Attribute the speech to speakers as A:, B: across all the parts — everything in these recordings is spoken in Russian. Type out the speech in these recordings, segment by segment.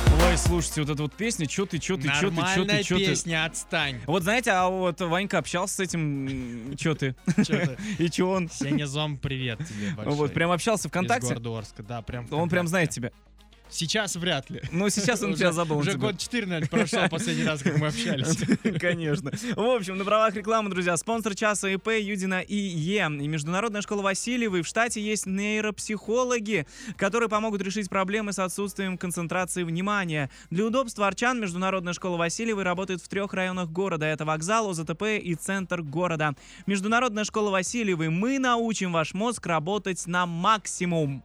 A: начали слушать вот эту вот песню, что ты, что ты, что ты, что
B: Нормальная
A: ты, что ты.
B: песня, отстань.
A: Вот знаете, а вот Ванька общался с этим, м, чё ты,
B: Чё ты?
A: и чё он.
B: Сеня Зом, привет тебе большой.
A: Вот, прям общался
B: Из
A: ВКонтакте,
B: города Орска, да, прям.
A: он прям
B: ВКонтакте.
A: знает тебя.
B: Сейчас вряд ли.
A: Ну, сейчас он
B: Уже-
A: тебя забыл. он
B: Уже
A: тебя-
B: год 4, наверное, прошел последний раз, как мы общались.
A: Конечно. В общем, на правах рекламы, друзья, спонсор часа ИП Юдина ИЕ. И Международная школа Васильевой. В штате есть нейропсихологи, которые помогут решить проблемы с отсутствием концентрации внимания. Для удобства арчан Международная школа Васильевой работает в трех районах города. Это вокзал, ОЗТП и центр города. Международная школа Васильевой. Мы научим ваш мозг работать на максимум.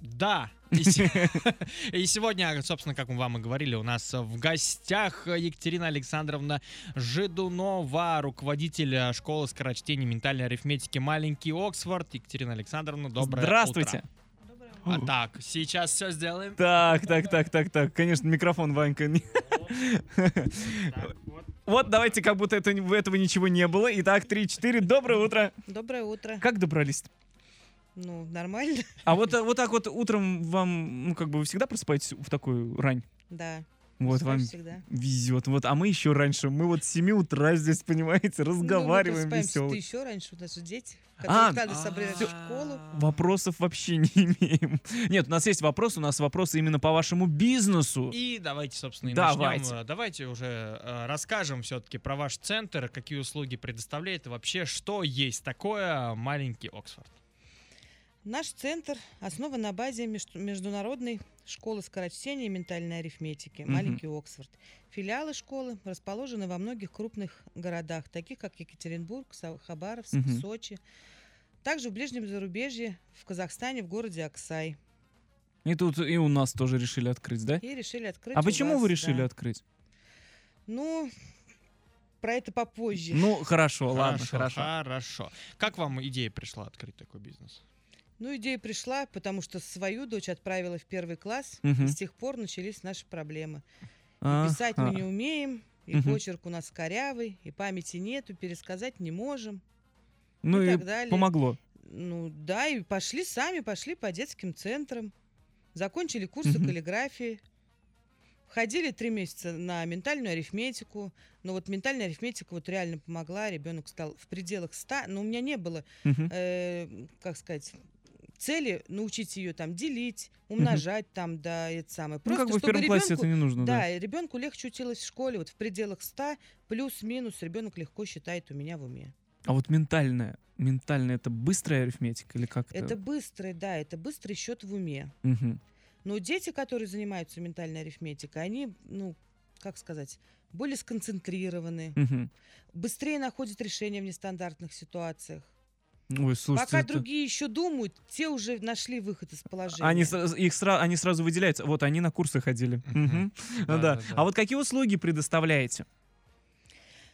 B: Да. И се- И сегодня, собственно, как мы вам и говорили, у нас в гостях Екатерина Александровна Жидунова, руководитель э, школы скорочтения и ментальной арифметики «Маленький Оксфорд». Екатерина Александровна, доброе
A: Здравствуйте.
B: утро. А так, сейчас все сделаем.
A: Так, так, так, так, так. Конечно, микрофон, Ванька. не-
B: Так, вот.
A: Вот давайте, как будто это, этого ничего не было. Итак, 3-4. Доброе утро.
C: Доброе утро.
A: Как добрались?
C: Ну, нормально.
A: А вот, э, вот так вот утром вам, ну, как бы вы всегда просыпаетесь в такую рань.
C: Да.
A: Вот
C: всё
A: вам
C: всегда.
A: везет. Вот, а мы еще раньше. Мы вот с 7 утра здесь,
C: Ну,
A: понимаете, разговариваем
C: Ты
A: веселые.
C: еще раньше у нас же дети,
A: А,
C: которых надо собрать
B: Всё.
C: в школу.
A: Вопросов вообще не имеем. Нет, у нас есть вопрос, у нас вопросы именно по вашему бизнесу.
B: И давайте, собственно, и
A: Давайте.
B: начнем. Э, Давайте уже э, расскажем все-таки про ваш центр, какие услуги предоставляет и вообще, что есть такое э, маленький Оксфорд.
C: Наш центр основан на базе меж- международной школы скорочтения и ментальной арифметики
A: Мгм.
C: «Маленький Оксфорд». Филиалы школы расположены во многих крупных городах, таких как Екатеринбург, Са- Хабаровск,
A: Мгм.
C: Сочи. Также в ближнем зарубежье, в Казахстане, в городе Аксай.
A: И тут и у нас тоже решили открыть, да?
C: И решили открыть
A: А
C: у
A: почему
C: вас,
A: вы решили
C: да.
A: открыть?
C: Ну, про это попозже.
A: Ну, хорошо, ладно, хорошо.
B: Хорошо. Как вам идея пришла открыть такой бизнес?
C: Ну, идея пришла, потому что свою дочь отправила в первый класс,
A: Мгм.
C: и с тех пор начались наши проблемы. И
A: А,
C: писать
A: а.
C: мы не умеем, и
A: Мгм.
C: почерк у нас корявый, и памяти нету, пересказать не можем.
A: Ну
C: и
A: и
C: так далее.
A: помогло.
C: Ну да, и пошли сами, пошли по детским центрам, закончили курсы
A: Мгм.
C: каллиграфии, ходили три месяца на ментальную арифметику, но вот ментальная арифметика вот реально помогла, ребенок стал в пределах 100, но у меня не было
A: Мгм.
C: э, как сказать, цели научить ее там делить, умножать там, да, и это самое.
A: Ну,
C: Просто
A: как бы в
C: чтобы
A: первом классе это
C: ребенку-
A: не нужно, да.
C: да, и ребенку легче училось в школе, вот в пределах 100 плюс-минус ребенок легко считает у меня в уме.
A: А вот ментальная, ментальная это быстрая арифметика или как
C: Это быстрый, да, это быстрый счет в уме.
A: Мгм.
C: Но дети, которые занимаются ментальной арифметикой, они, ну, как сказать, более сконцентрированы,
A: Мгм.
C: быстрее находят решения в нестандартных ситуациях.
A: Ой, слушайте,
C: Пока
A: это-
C: другие еще думают, те уже нашли выход из положения.
A: Они, сра- их сра- они сразу выделяются. Вот они на курсы ходили. Мгм.
B: Да,
A: Да.
B: да, да.
A: А вот какие услуги предоставляете?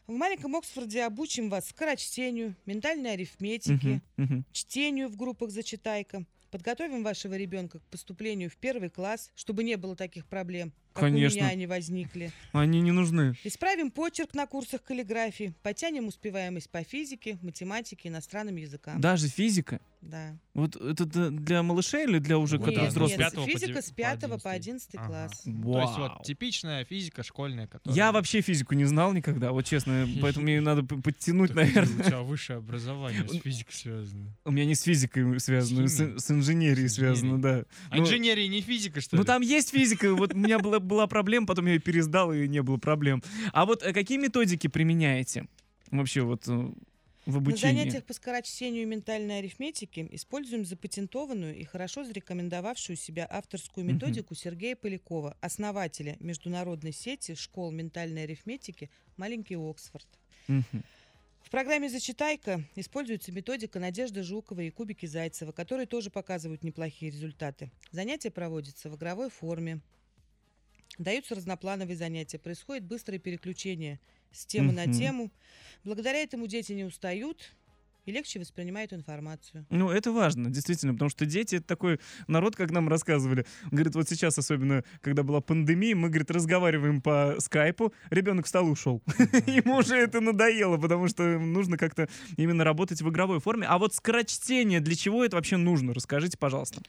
C: В маленьком Оксфорде обучим вас скорочтению, ментальной арифметике,
A: Мгм. Мгм.
C: чтению в группах зачитайка. Подготовим вашего ребенка к поступлению в первый класс, чтобы не было таких проблем, как
A: Конечно.
C: у меня они возникли.
A: Они не нужны.
C: Исправим почерк на курсах каллиграфии, потянем успеваемость по физике, математике, иностранным языкам.
A: Даже физика.
C: Да.
A: Вот это д- для малышей или для уже
B: Ой,
A: когда
B: да,
C: Нет,
A: взрослых?
C: нет,
B: С пятого по
C: физика
B: дев-
C: с
B: по
C: 5 по
B: 11.
C: 11
B: Ага.
C: класс.
B: То есть
A: Вау.
B: вот типичная физика школьная, которая...
A: Я вообще физику не знал никогда, вот честно, поэтому мне надо п- подтянуть,
B: У
A: наверное. Ну,
B: тебя высшее образование с
A: Он-
B: физикой связано.
A: У меня не с физикой связано, с,
B: химией?
A: с инженерией
B: С
A: связано, да.
B: А
A: Ну-
B: инженерия не физика, что
A: Ну
B: ли?
A: там есть физика, вот у меня была, была проблема, потом я ее пересдал и не было проблем. А вот э, какие методики применяете вообще вот э, в
C: На
A: обучении?
C: занятиях по скорочтению и ментальной арифметике используем запатентованную и хорошо зарекомендовавшую себя авторскую
A: Мгм.
C: методику Сергея Полякова, основателя международной сети школ ментальной арифметики «Маленький Оксфорд».
A: Мгм.
C: В программе «Зачитайка» используется методика Надежды Жуковой и Кубики Зайцева, которые тоже показывают неплохие результаты. Занятия проводятся в игровой форме. Даются разноплановые занятия, происходит быстрое переключение с темы на
A: Мгм.
C: тему. Благодаря этому дети не устают и легче воспринимают информацию.
A: Ну, это важно, действительно, потому что дети — это такой народ, как нам рассказывали. Говорит, вот сейчас, особенно, когда была пандемия, мы, говорит, разговариваем по скайпу, ребенок встал и ушел. Ему уже это надоело, потому что нужно как-то именно работать в игровой форме. А вот скорочтение, для чего это вообще нужно? Расскажите, пожалуйста.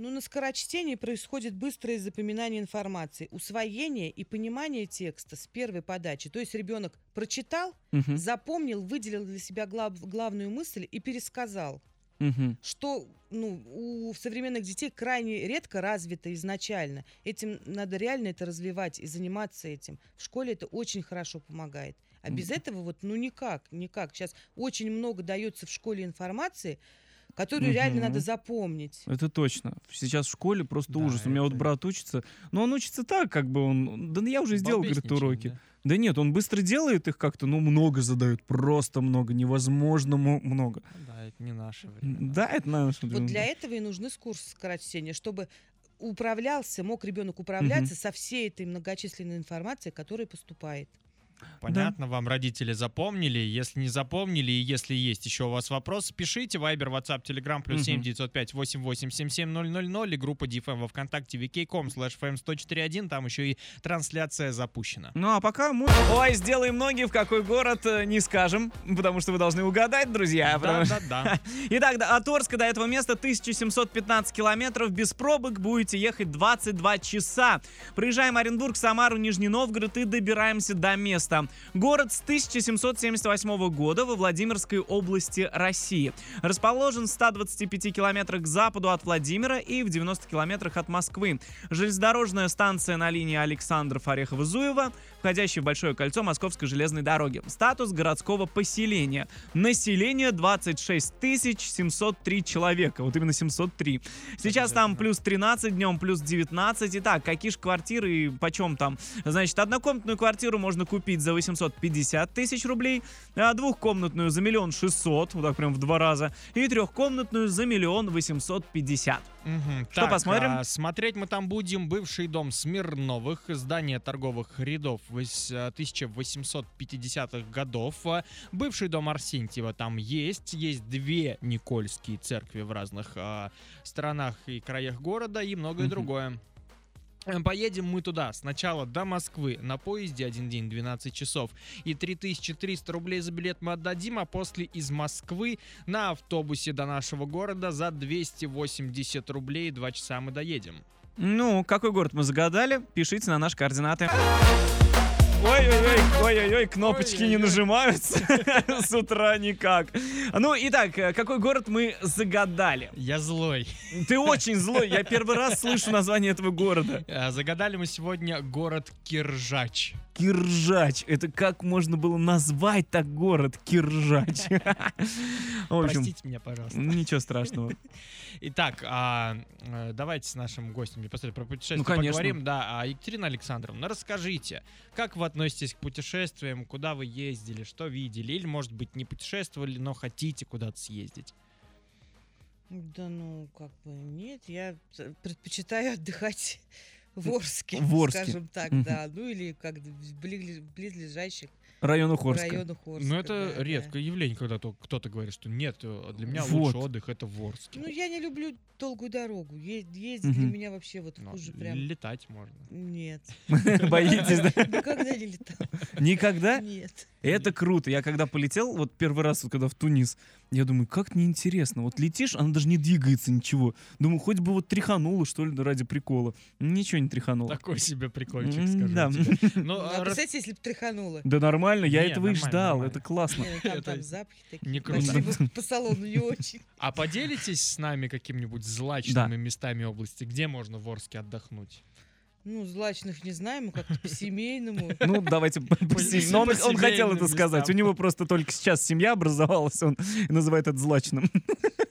C: Ну, на скорочтении происходит быстрое запоминание информации, усвоение и понимание текста с первой подачи. То есть ребенок прочитал,
A: Мгм,
C: запомнил, выделил для себя глав- главную мысль и пересказал.
A: мгм.
C: Что ну, у современных детей крайне редко развито изначально. Этим надо реально это развивать и заниматься этим. В школе это очень хорошо помогает. А без
A: Мгм.
C: этого вот ну никак, никак. Сейчас очень много дается в школе информации, которую реально
A: Мгм.
C: надо запомнить.
A: Это точно. Сейчас в школе просто
B: Да,
A: ужас. У меня вот
B: это-
A: брат учится, но он учится так, как бы он... Да я уже сделал, говорит,
B: Балбесничаем,
A: уроки.
B: да.
A: Да нет, он быстро делает их как-то, ну, много задают, просто много, невозможно мо- много.
B: Ну Да, это не наше время.
A: Да, это надо...
C: Вот для этого и нужны курсы скорочтения, чтобы управлялся, мог ребенок управляться со всей этой многочисленной информацией, которая поступает.
B: Понятно, вам родители запомнили. Если не запомнили, и если есть еще у вас вопросы, пишите. Вайбер, WhatsApp, Telegram, плюс
A: Мгм.
B: 7 905 887 000 и группа DFM во Вконтакте, vk.com, slash fm 1041. Там еще и трансляция запущена.
A: Ну а пока мы... Ой, сделаем ноги, в какой город, э, не скажем, потому что вы должны угадать, друзья. потому что-
B: Да-да-да.
A: Итак, да, от Орска до этого места 1715 километров. Без пробок будете ехать 22 часа. Проезжаем Оренбург, Самару, Нижний Новгород и добираемся до места. Город с 1778 года во Владимирской области России. Расположен в 125 километрах к западу от Владимира и в 90 километрах от Москвы. Железнодорожная станция на линии Александров Орехово-Зуево, входящая в Большое кольцо Московской железной дороги. Статус городского поселения. Население 26 703 человека. Вот именно 703. Сейчас там
B: Обязательно.
A: плюс 13 днем, плюс 19. Итак, какие же квартиры и почем там? Значит, однокомнатную квартиру можно купить за 850 тысяч рублей, а двухкомнатную за миллион шестьсот, вот так прям в два раза, и трехкомнатную за миллион восемьсот пятьдесят.
B: Мгм.
A: Что
B: Так,
A: посмотрим?
B: а, Смотреть мы там будем бывший дом Смирновых, здание торговых рядов вось- а, 1850-х годов, а, бывший дом Арсентьева там есть, есть две Никольские церкви в разных а, странах и краях города и многое
A: Мгм.
B: другое. Э, Поедем мы туда сначала до Москвы на поезде один день 12 часов и 3300 рублей за билет мы отдадим, а после из Москвы на автобусе до нашего города за 280 рублей. Два часа мы доедем.
A: Ну, какой город мы загадали, пишите на наши координаты. Ой-ой-ой, ой-ой-ой, кнопочки не
B: Ой-ой-ой.
A: нажимаются с утра никак. Ну, итак, какой город мы загадали?
B: Я злой.
A: Ты очень злой, я первый раз слышу название этого города.
B: А, Загадали мы сегодня город Киржач.
A: Киржач. Это как можно было назвать так город Киржач? В общем,
B: Простите меня, пожалуйста.
A: ничего страшного.
B: Итак, а, э, давайте с нашим гостем непосредственно про путешествия
A: Ну, конечно.
B: поговорим. Да, а, Екатерина Александровна, расскажите, как вы относитесь к путешествиям, куда вы ездили, что видели, или, может быть, не путешествовали, но хотите куда-то съездить?
C: Да ну, как бы нет, я т- предпочитаю отдыхать в Орске,
A: В Орске.
C: скажем так,
A: Мгм.
C: да. Ну или как в бли- близлежащих
A: Район Ухорска.
C: районах Орска.
B: Ну, это
C: да, да.
B: редкое явление, когда то- кто-то говорит, что нет, э, для меня
A: Вот.
B: лучший отдых это в Орске.
C: Ну, я не люблю долгую дорогу. Е- Ездить для
A: Мгм.
C: меня вообще вот
B: Ну,
C: хуже прям.
B: Летать можно.
C: Нет.
A: Боитесь, да?
C: Никогда не летал.
A: Никогда?
C: Нет.
A: Это круто. Я когда полетел, вот первый раз, вот когда в Тунис, я думаю, как неинтересно. Вот летишь, она даже не двигается ничего. Думаю, хоть бы вот тряхануло, что ли, ради прикола. Ничего не тряхануло.
B: Такой себе прикольчик,
A: М,
B: скажу
A: да.
B: я тебе. Ну,
C: Ну,
B: а
C: а
B: раз-
C: представьте, если бы тряхануло.
A: Да нормально, я
B: Не,
A: этого и
B: нормально,
A: ждал.
B: нормально.
A: Это классно.
C: Не, ну, Там,
B: Это
C: там запахи такие.
B: не круто.
C: Пошли бы по салону не очень.
B: а поделитесь с нами какими-нибудь злачными местами области, где можно в Орске отдохнуть?
C: Ну, злачных не знаем, мы как-то по-семейному.
A: Ну, давайте по- по
B: По-
A: сем- Но он,
B: по
A: он хотел это
B: семейным
A: сказать. У
B: местам.
A: него просто только сейчас семья образовалась, он называет это злачным.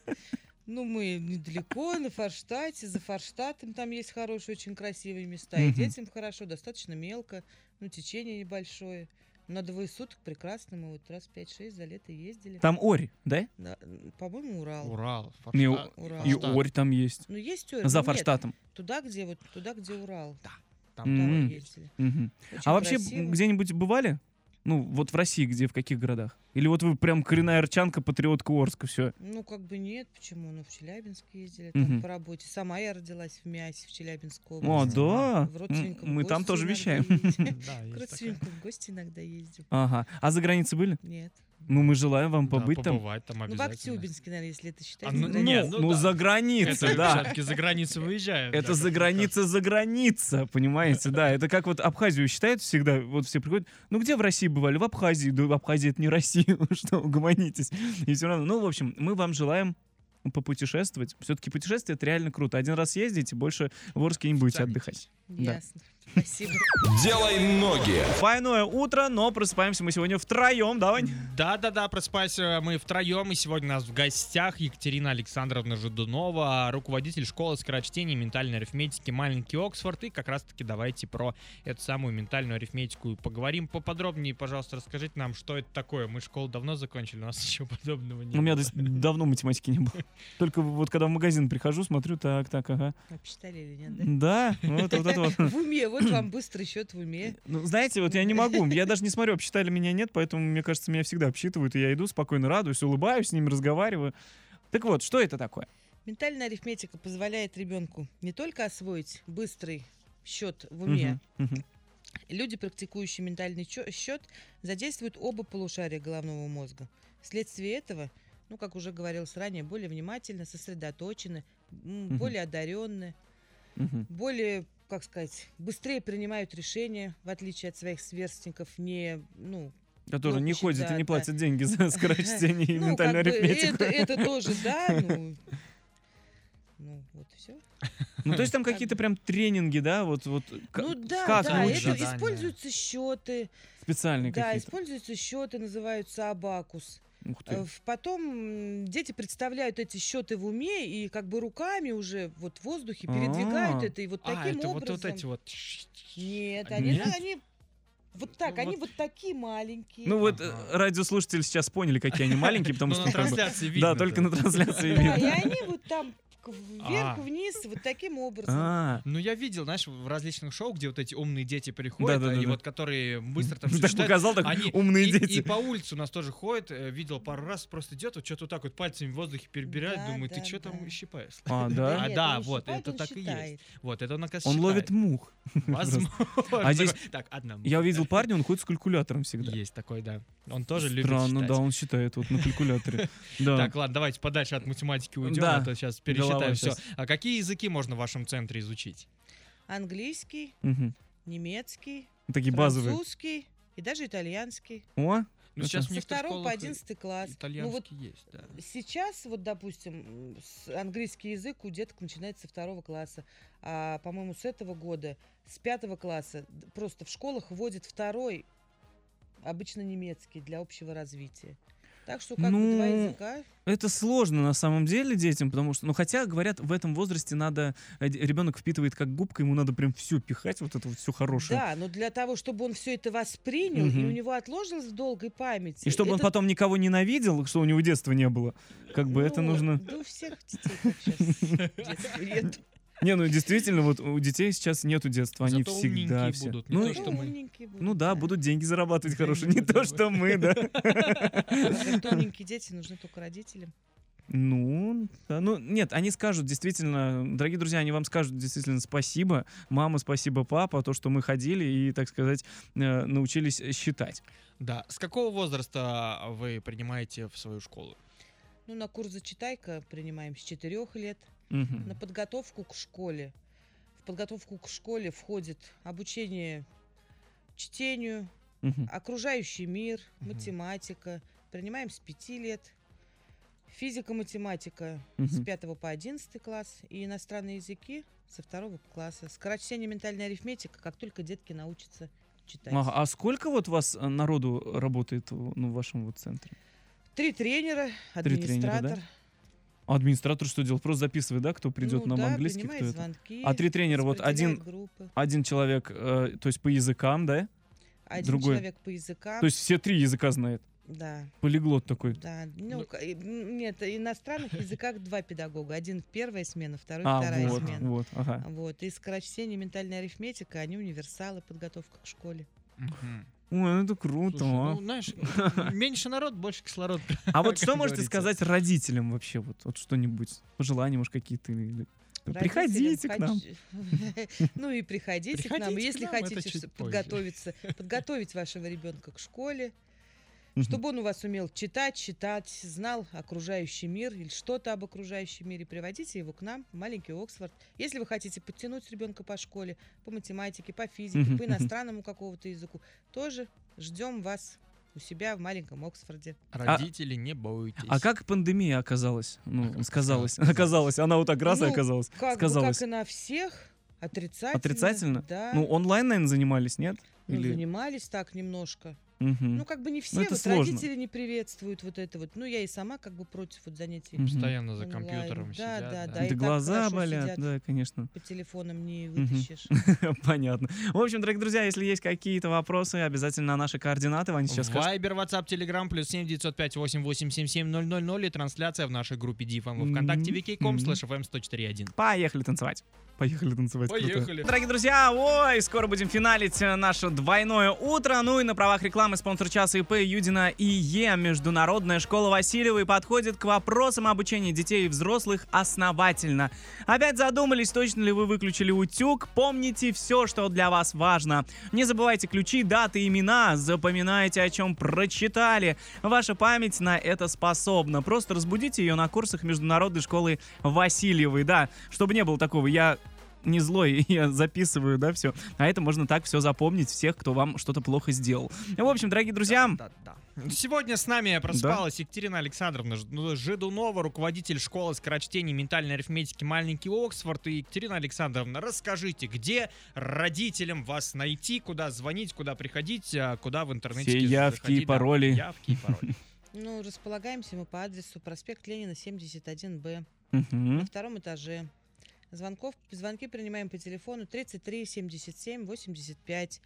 C: Ну, мы недалеко, на Форштате, за Форштатом там есть хорошие, очень красивые места. И
A: Мгм.
C: детям хорошо, достаточно мелко, ну, течение небольшое. На двое суток прекрасно, мы вот раз 5-6 за лето ездили.
A: Там Ори, да?
C: На- По-моему, Урал.
B: Урал,
A: Не,
B: Форштадт.
C: Урал.
A: И
B: Форштадт.
A: Орь там есть.
C: Ну, есть
B: Э,
C: Урал.
A: За
C: ну, нет,
A: Форштатом.
C: Туда, где вот, туда, где Урал.
B: Там
C: Туда
A: М.
C: мы
B: тоже есть.
C: ездили.
A: Мгм.
C: Очень
A: А вообще
C: красиво.
A: где-нибудь бывали? Ну, вот в России где, в каких городах? Или вот вы прям коренная арчанка, патриотка Орска, все?
C: Ну, как бы нет, почему? Ну, в Челябинск ездили, там
A: Мгм.
C: по работе. Сама я родилась в Мясе, в Челябинской
A: О,
C: области.
A: да.
C: В
A: М,
C: родственникам
A: Мы там
C: гости
A: тоже
C: иногда
A: вещаем.
C: ездили.
B: Да,
C: К
B: есть такая.
C: родственникам в гости иногда ездим.
A: Ага. А за границей были?
C: Нет.
A: Ну, мы желаем вам
B: Да,
A: побыть там.
B: побывать там
C: Ну, в
B: обязательно.
C: Актюбинске, наверное, если это считать.
B: А, ну,
C: за
B: не,
C: границей.
B: нет, ну
A: ну,
B: да.
A: за границей, да.
B: Все-таки за границу выезжают. да,
A: Это за
B: как-то
A: граница, за граница, понимаете, да. Это как вот Абхазию считают всегда, вот все приходят, ну где в России бывали? В Абхазии. Да Абхазия это не Россия, вы что, угомонитесь. И все равно, ну, в общем, мы вам желаем попутешествовать. Все-таки путешествие это реально круто. Один раз ездите, больше в Орске не будете
B: Тянетесь.
A: отдыхать. да.
C: Ясно. Спасибо.
D: Делай ноги.
A: Файное утро, но просыпаемся мы сегодня втроем, давай.
B: Да-да-да, просыпались э, мы втроем, и сегодня у нас в гостях Екатерина Александровна Жудунова, руководитель школы скорочтения и ментальной арифметики «Маленький Оксфорд». И как раз-таки давайте про эту самую ментальную арифметику и поговорим поподробнее. Пожалуйста, расскажите нам, что это такое. Мы школу давно закончили, у нас еще подобного не
A: Ну, У меня
B: было.
A: дос- давно математики не было. Только вот когда в магазин прихожу, смотрю, так, так, ага.
C: Обсчитали или нет, да?
A: Да, вот, вот это вот.
C: В уме, вот вам быстрый счет в уме.
A: Ну, знаете, вот я не могу. Я даже не смотрю, обсчитали меня нет, поэтому, мне кажется, меня всегда обсчитывают, и я иду спокойно радуюсь, улыбаюсь, с ними разговариваю. Так вот, что это такое?
C: Ментальная арифметика позволяет ребенку не только освоить быстрый счет в уме,
A: Мгм, мгм.
C: люди, практикующие ментальный счет, задействуют оба полушария головного мозга. Вследствие этого, ну, как уже говорилось ранее, более внимательно, сосредоточены, м,
A: Мгм.
C: более одаренны,
A: Мгм.
C: более, как сказать, быстрее принимают решения, в отличие от своих сверстников, не, ну,
A: Который
C: Ну,
A: не
C: почти,
A: ходит и
C: да,
A: не
C: да.
A: платит деньги за скорочтение и
C: ну,
A: ментальную
C: как бы
A: арифметику.
C: это, это тоже, да, ну, ну, вот и все.
A: Ну, то есть там какие-то прям тренинги, да, вот, вот к-
C: ну да,
A: как
C: да,
A: лучше?
C: это
B: задания.
C: используются счеты,
A: специальные
C: да,
A: какие-то.
C: используются счеты, называются абакус.
A: Ух
C: Э,
A: ты.
C: в- Потом м, дети представляют эти счеты в уме и как бы руками уже вот в воздухе передвигают
A: А.
C: это и вот
B: А,
C: таким
B: это вот,
C: образом.
B: вот эти вот...
C: Нет, они,
A: Нет?
C: они вот так,
B: Ну
C: они
B: вот.
C: вот такие маленькие.
A: Ну вот э,
B: Ага.
A: радиослушатели сейчас поняли, какие они маленькие, потому
B: Ну,
A: что...
B: на
A: как бы-
B: трансляции видно.
A: Да, только на трансляции
C: да, и
A: видно.
C: они вот там к- вверх,
B: А.
C: вниз, вот таким образом.
A: А,
B: Ну, я видел, знаешь, в различных шоу, где вот эти умные дети приходят,
A: Да-да-да-да.
B: и вот которые быстро там
A: ты
B: всё
A: так
B: читают,
A: показал, так
B: Они-
A: умные
B: и, И
A: дети.
B: по улице у нас тоже ходит, э, видел пару раз, просто идет, вот что-то вот так вот пальцами в воздухе перебирает,
C: Да,
B: думаю, ты
C: да,
B: что
C: да.
B: там щипаешь?
A: А, да?
B: А,
C: нет,
B: да,
C: он не
B: вот,
C: считает,
B: это
C: он
B: так и есть.
C: считает.
B: Вот, это он, оказывается,
A: Он
B: считает.
A: ловит мух.
B: Возможно.
A: А здесь-
B: Так, одна
A: Я увидел парня, он ходит с калькулятором всегда.
B: Есть такой, да. Он тоже любит
A: Странно,
B: считать.
A: да, он считает вот на калькуляторе. Да.
B: Так, ладно, давайте подальше от математики уйдем,
A: Да.
B: а то сейчас
A: Голова
B: пересчитаем все.
A: щас.
B: А какие языки можно в вашем центре изучить?
C: Английский,
A: Мгм.
C: немецкий,
A: Такие базовые.
C: французский и даже итальянский.
A: О,
B: Ну,
A: Это-
B: сейчас в
C: Со
B: некоторых
C: второго по
B: школах и
C: одиннадцатый класс. Ну
B: Итальянский
C: вот
B: есть, да.
C: сейчас, вот, допустим, м, с- английский язык у деток начинается со второго класса. А, по-моему, с этого года, с пятого класса, д- просто в школах вводят второй, обычно немецкий, для общего развития. Так что как бы два
A: Ну,
C: языка.
A: это сложно на самом деле детям, потому что, ну хотя говорят, в этом возрасте надо э, д- ребенок впитывает как губка, ему надо прям все пихать, вот это вот все хорошее.
C: Да, но для того, чтобы он все это воспринял, и
A: Мгм.
C: у него отложилось в долгой памяти.
A: И чтобы он
C: это-
A: потом никого ненавидел, что у него детства не было, как бы это
C: ну,
A: нужно.
C: Да у всех детей так сейчас детства нету.
A: Не, ну действительно, вот у детей сейчас нету детства, они
B: Зато
A: всегда
B: умненькие
A: все.
B: будут, не
A: Ну,
B: то,
A: и-
B: что мы-
C: умненькие будут.
A: ну да, будут деньги зарабатывать
B: Деньги
A: хорошие, не то,
B: будут
A: что мы, да.
C: Говорят, Тоненькие дети нужны только родителям.
A: Ну, да, ну, нет, они скажут действительно, дорогие друзья, они вам скажут действительно спасибо, мама, спасибо, папа, то, что мы ходили и, так сказать, э, научились считать.
B: Да. С какого возраста а, вы принимаете в свою школу?
C: Ну, на курс «Зачитай-ка» принимаем с 4 лет.
A: Мгм.
C: На подготовку к школе. В подготовку к школе входит обучение чтению, а,
A: Мгм.
C: окружающий мир,
B: Мгм.
C: математика. Принимаем с 5 лет. Физика, математика с
A: Мгм.
C: 5 по 11 класс и иностранные языки со 2 класса. Скорочтение ментальная арифметика, как только детки научатся читать.
A: Ага, а сколько вот вас э, народу работает в- ну, в вашем вот центре?
C: Три тренера,
A: Три тренера, да?
C: администратор.
A: А администратор что делает? Просто записывает, да, кто придет
C: Ну
A: нам
C: да,
A: английский, кто
C: принимает
A: это?
C: звонки,
A: А три тренера, вот
C: распределяет
A: один-
C: группы.
A: Один человек, э, то есть по языкам, да?
C: Один
A: другой.
C: человек по языкам.
A: То есть все три языка знает.
C: Да,
A: Полиглот такой.
C: да. Ну,
B: Ну-
C: к- и, м, нет, иностранных языках два педагога. Один первая смена, второй
A: А,
C: вторая
A: вот,
C: смена.
A: вот, ага.
C: Вот. И скорочтение, ментальная арифметика, они универсалы, подготовка к школе.
A: Ой, ну это круто.
B: Слушай,
A: а.
B: ну, знаешь, меньше народ, больше кислорода.
A: А вот что
B: как
A: можете
B: говорится.
A: сказать родителям вообще? Вот, вот что-нибудь, пожелания, может, какие-то? или- Приходите к нам.
C: Родителям ходи- Ну и приходите к нам.
B: Приходите к
C: Если
B: нам, это
C: хотите
B: чуть
C: чтоб
B: позже.
C: подготовиться, подготовить вашего ребенка к школе, чтобы он у вас умел читать, читать, знал окружающий мир или что-то об окружающем мире, приводите его к нам, в маленький Оксфорд. Если вы хотите подтянуть ребенка по школе, по математике, по физике,
A: Мгм,
C: по иностранному какого-то языку, тоже ждем вас у себя в маленьком Оксфорде.
B: Родители, не бойтесь.
A: А как пандемия оказалась? Ну,
B: Оказалась.
A: сказалась. Оказалась. Она вот так раз и
C: Ну,
A: оказалась.
C: Как, бы,
A: Сказалось.
C: как и на всех, отрицательно.
A: Отрицательно?
C: Да.
A: Ну, онлайн, наверное, занимались, нет?
C: а? Ну,
A: Или...
C: занимались так немножко.
A: Мгм.
C: Ну, как бы не все,
A: это
C: вот
A: сложно.
C: родители не приветствуют вот это вот. Ну, я и сама как бы против вот занятий.
A: Мгм.
B: Постоянно за
C: Онлайн,
B: компьютером
C: да,
B: сидят.
C: да, да,
A: Да
C: и так
A: глаза
C: хорошо
A: болят,
C: сидят.
A: да, конечно.
C: По телефонам не
A: Мгм.
C: вытащишь.
A: Понятно. В общем, дорогие друзья, если есть какие-то вопросы, обязательно на наши координаты. Ваня сейчас скажет.
B: Вайбер, WhatsApp, Telegram, плюс 7 905 8877 000 и трансляция в нашей группе DFM ВКонтакте,
A: Мгм.
B: vk.com,
A: Мгм.
B: slash FM 104.1.
A: Поехали танцевать. Поехали танцевать. круто.
B: Поехали.
A: Дорогие друзья, ой, скоро будем финалить э, наше двойное утро. Ну и на правах рекламы спонсор часа ИП Юдина и Е. Международная школа Васильевой подходит к вопросам обучения детей и взрослых основательно. Опять задумались, точно ли вы выключили утюг? Помните все, что для вас важно. Не забывайте ключи, даты, имена. Запоминайте, о чем прочитали. Ваша память на это способна. Просто разбудите ее на курсах Международной школы Васильевой. Да, чтобы не было такого, я не злой, я записываю, да, все. А это можно так все запомнить всех, кто вам что-то плохо сделал. В общем, дорогие друзья,
B: Ну, Сегодня с нами просыпалась Екатерина Александровна Ж- ну, Жидунова, руководитель школы скорочтения и ментальной арифметики «Маленький Оксфорд». И, Екатерина Александровна, расскажите, где родителям вас найти, куда звонить, куда приходить, а куда в интернете
A: Все явки и
B: заходить, да,
A: пароли.
B: явки и пароли.
C: Ну, располагаемся мы по адресу проспект Ленина, 71Б, на
A: мгм,
C: втором этаже. Звонков, звонки принимаем по телефону 33 77 85.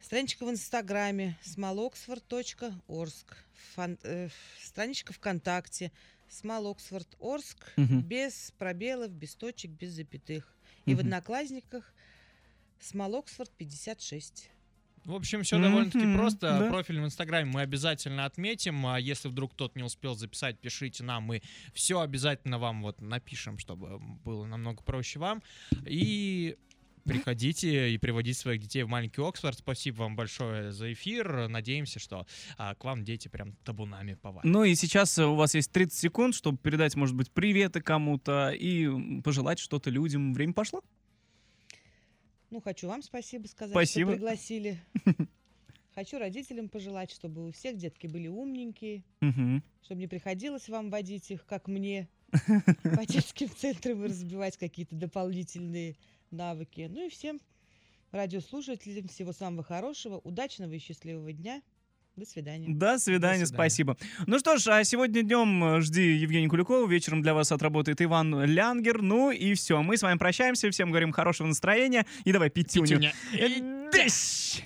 C: Страничка в Инстаграме smalloxford.orsk. Фан- э, ф- страничка ВКонтакте smalloxford.orsk.
A: Мгм.
C: Без пробелов, без точек, без запятых. И в
A: Мгм.
C: Одноклассниках smalloxford 56.
B: В общем, все
A: Мгм,
B: довольно-таки просто.
A: да.
B: Профиль в Инстаграме мы обязательно отметим. А Если вдруг кто-то не успел записать, пишите нам. Мы все обязательно вам вот напишем, чтобы было намного проще вам. И приходите и приводите своих детей в маленький Оксфорд. Спасибо вам большое за эфир. Надеемся, что а, к вам дети прям табунами повалят.
A: Ну и сейчас э, у вас есть 30 секунд, чтобы передать, может быть, приветы кому-то и м, пожелать что-то людям. Время пошло.
C: Ну, хочу вам спасибо сказать,
A: Спасибо.
C: что пригласили. Хочу родителям пожелать, чтобы у всех детки были умненькие,
A: Мгм.
C: чтобы не приходилось вам водить их, как мне, по детским центрам и разбивать какие-то дополнительные навыки. Ну и всем радиослушателям всего самого хорошего, удачного и счастливого дня. До свидания.
A: До свидания,
B: До свидания.
A: спасибо. Ну что ж, а сегодня днем жди Евгений Куликова, вечером для вас отработает Иван Лянгер. Ну и все, мы с вами прощаемся, всем говорим хорошего настроения и давай пятюню.
B: Пятюня.
A: Э, дыщ!